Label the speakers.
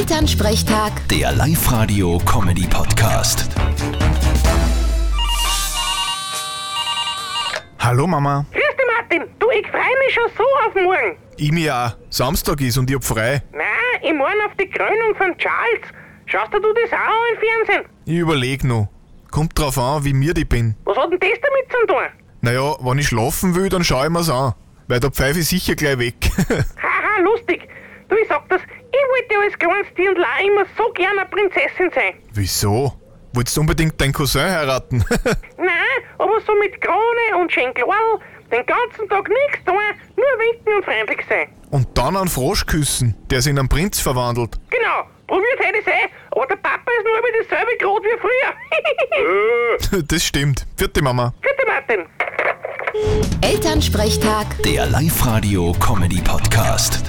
Speaker 1: Elternsprechtag,
Speaker 2: Der Live-Radio-Comedy-Podcast.
Speaker 3: Hallo Mama,
Speaker 4: Grüß dich, Martin. Du, ich freue mich schon so auf morgen.
Speaker 3: ich mir auch. Samstag ist und ich hab frei.
Speaker 4: Nein, ich morgen auf die Krönung von Charles. Schaust du das auch an im Fernsehen?
Speaker 3: Ich überleg noch. Kommt drauf an, wie mir die bin.
Speaker 4: Was hat denn das damit zu tun?
Speaker 3: Naja, wenn ich schlafen will, dann schau ich mir's an. Weil der Pfeif ist sicher gleich weg.
Speaker 4: Haha, lustig. Du, ich sag das, ich wollte als kleines Dirndl auch immer so gern eine Prinzessin sein.
Speaker 3: Wieso? Wolltest du unbedingt deinen Cousin heiraten?
Speaker 4: Nein, aber so mit Krone und schön Klarl, den ganzen Tag nichts tun, nur winken und freundlich sein.
Speaker 3: und dann einen Frosch küssen, der sich in einen Prinz verwandelt.
Speaker 4: Genau, probiert hätte ich es eh, aber der Papa ist nur über dasselbe Grot wie früher.
Speaker 3: Das stimmt. Vierte Mama.
Speaker 4: Bitte, Martin.
Speaker 1: Elternsprechtag.
Speaker 2: Der Live-Radio-Comedy-Podcast.